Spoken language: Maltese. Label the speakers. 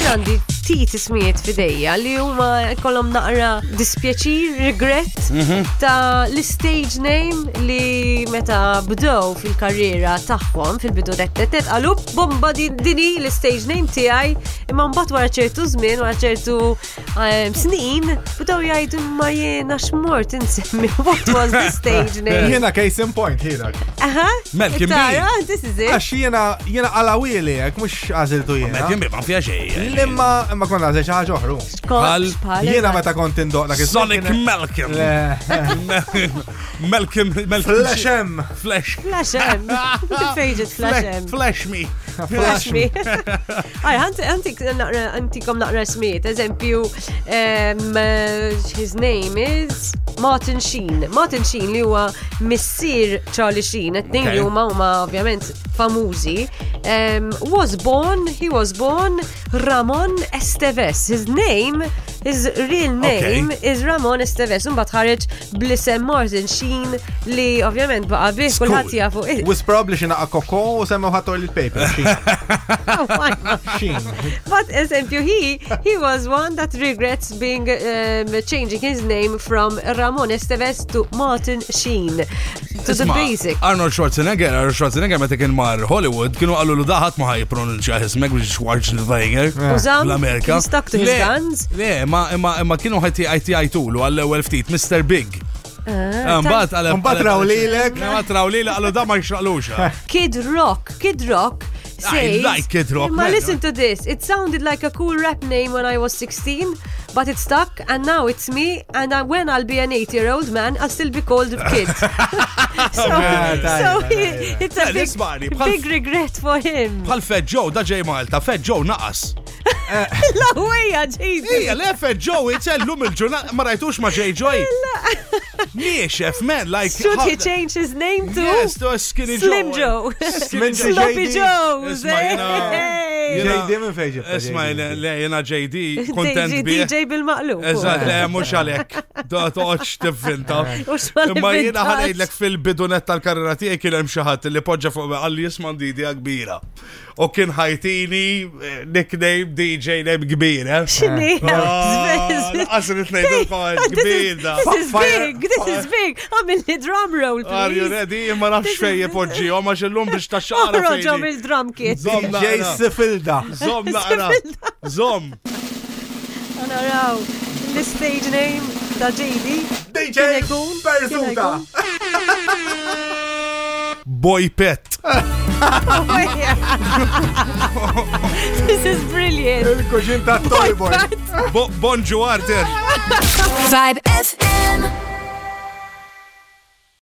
Speaker 1: għandi tit ismijiet fidejja li huma kolom naqra dispjaċir, regret ta' l-stage name li meta bdew fil-karriera tagħhom fil-bidu dettetet għalu bomba din dini l-stage name tiegħi imma mbagħad wara ċertu żmien wara ċertu ehm, snin bdew jgħidu ma jiena x'mort insemmi what was the stage name.
Speaker 2: Jena case in point hira.
Speaker 1: Aha,
Speaker 3: Malcolm B.
Speaker 1: tara, this is it.
Speaker 2: Għax jena jena għalawili, għak mux għaziltu
Speaker 3: Ma
Speaker 2: jena.
Speaker 3: jien ma fija xejn.
Speaker 2: Imma imma konna għazil xaħġa oħru.
Speaker 1: Xkol,
Speaker 3: Pal-
Speaker 1: xpal,
Speaker 2: Jena meta kont indoq dak
Speaker 3: Sonic Malcolm. Malcolm Malcolm.
Speaker 2: Flash M.
Speaker 3: Flash.
Speaker 1: Flash M. Fejġet Flash M.
Speaker 3: Flash me.
Speaker 1: Flash me. Għaj, għantik naqra, għantikom naqra smiet, eżempju, em, eh, his name is Martin Sheen. Martin Sheen li huwa missir Charlie Sheen, etnin li
Speaker 3: Okay.
Speaker 1: huma huma ovvjament famużi. Em, Was born, he was born Ramon Esteves. His name, his real
Speaker 3: Okay.
Speaker 1: name is Ramon Esteves. Imbagħad ħareġ blisem Martin Sheen li ovvjament baqa' bih
Speaker 3: School.
Speaker 1: kulħadd jafu. eh,
Speaker 2: Was probably xina koko u semmu ħat toilet paper. Xin,
Speaker 1: oh, fine.
Speaker 2: Xin.
Speaker 1: But esempio, he he was one that regrets being um, changing his name from Ramon Esteves to Martin Sheen to the
Speaker 3: Isma,
Speaker 1: basic.
Speaker 3: Arnold Schwarzenegger, Arnold Schwarzenegger meta kien mar Hollywood, kienu għallu lu daħat ma ħaj pronunċa ismek biex Schwarzenegger.
Speaker 1: Użam,
Speaker 3: L-Amerika.
Speaker 1: he stuck to his
Speaker 3: Le,
Speaker 1: guns.
Speaker 3: Le, ma imma imma kienu ħajti ħajti ħajtulu għall-ewwel ftit, Mr. Big.
Speaker 1: Ah,
Speaker 3: Ah, Mbagħad għal
Speaker 2: Mbagħad rawlilek.
Speaker 3: Mbagħad rawlilek għallu da ma jxaqlux.
Speaker 1: Kid Rock, Kid Rock. Says,
Speaker 3: like Kid Rock,
Speaker 1: Ma
Speaker 3: man.
Speaker 1: listen to this. It sounded like a cool rap name when I was 16, but it stuck, and now it's me. And I, when I'll be an eight-year-old man, I'll still be called Kid.
Speaker 3: Oh,
Speaker 1: so, so he, it's a
Speaker 3: Yeah,
Speaker 1: big,
Speaker 3: this man, he
Speaker 1: big
Speaker 3: punched-
Speaker 1: regret for him.
Speaker 3: Bħal Fed Joe, da ġej Malta, Fed Joe naqas.
Speaker 1: La wejja, Jesus.
Speaker 3: Ija, le Fed Joe, itellum il-ġurnat, ma rajtux ma ġej Joy. Miex, F man, like.
Speaker 1: Should he
Speaker 3: ħad-
Speaker 1: change his name to
Speaker 3: Yes, to Skinny Joe.
Speaker 1: Slim Joe?
Speaker 3: Skinny
Speaker 2: Slim Joe.
Speaker 3: Joe.
Speaker 1: Sloppy
Speaker 2: JD.
Speaker 1: Joe's. eh?
Speaker 3: Isma, you know,
Speaker 1: hey!
Speaker 3: you know,
Speaker 2: JD minn fejn ġibta,
Speaker 3: Isma,
Speaker 2: JD?
Speaker 3: le- le, jena JD,
Speaker 1: DJ
Speaker 3: kontent bi.
Speaker 1: DJ bil-maqlub.
Speaker 3: Eżat, le, mux għalek. Da toċ tivvinta.
Speaker 1: Mhux ma
Speaker 3: Imma jena
Speaker 1: nivvintax.
Speaker 3: ħanajdlek fil-bidunet tal-karriera tiegħi kien hemm xi ħadd li poġġa fuq għalli jisman didija kbira. U kien ħajtini eh, nickname DJ name kbir, eh?
Speaker 1: X'inhi?
Speaker 3: Ah,
Speaker 1: Zbe-
Speaker 3: Laqqas irid ngħidilkom
Speaker 1: This
Speaker 3: kbir
Speaker 1: is-
Speaker 3: da.
Speaker 1: This is
Speaker 2: Fire-
Speaker 1: big, this is big. Għamil li drum roll,
Speaker 3: Are you
Speaker 1: please.
Speaker 3: ready? Ma nafx fejn jepoġġi, ma xillum biex taxxara
Speaker 1: Oħroġ
Speaker 3: fejn.
Speaker 1: għamil drum kit.
Speaker 3: Zom
Speaker 2: Jay
Speaker 3: naqra.
Speaker 2: Sifilda.
Speaker 3: Zom naqra. Zom.
Speaker 1: Naraw, l-stage name ta' JD.
Speaker 2: DJ
Speaker 1: ikun? Kien
Speaker 2: Perzuta.
Speaker 1: ikun?
Speaker 3: Boy pet.
Speaker 1: Wejja. This is brilliant. Oh
Speaker 2: Il-kuġin ta' Toyboy.
Speaker 3: Bo- Bonġu Arter.
Speaker 4: Vibe FM.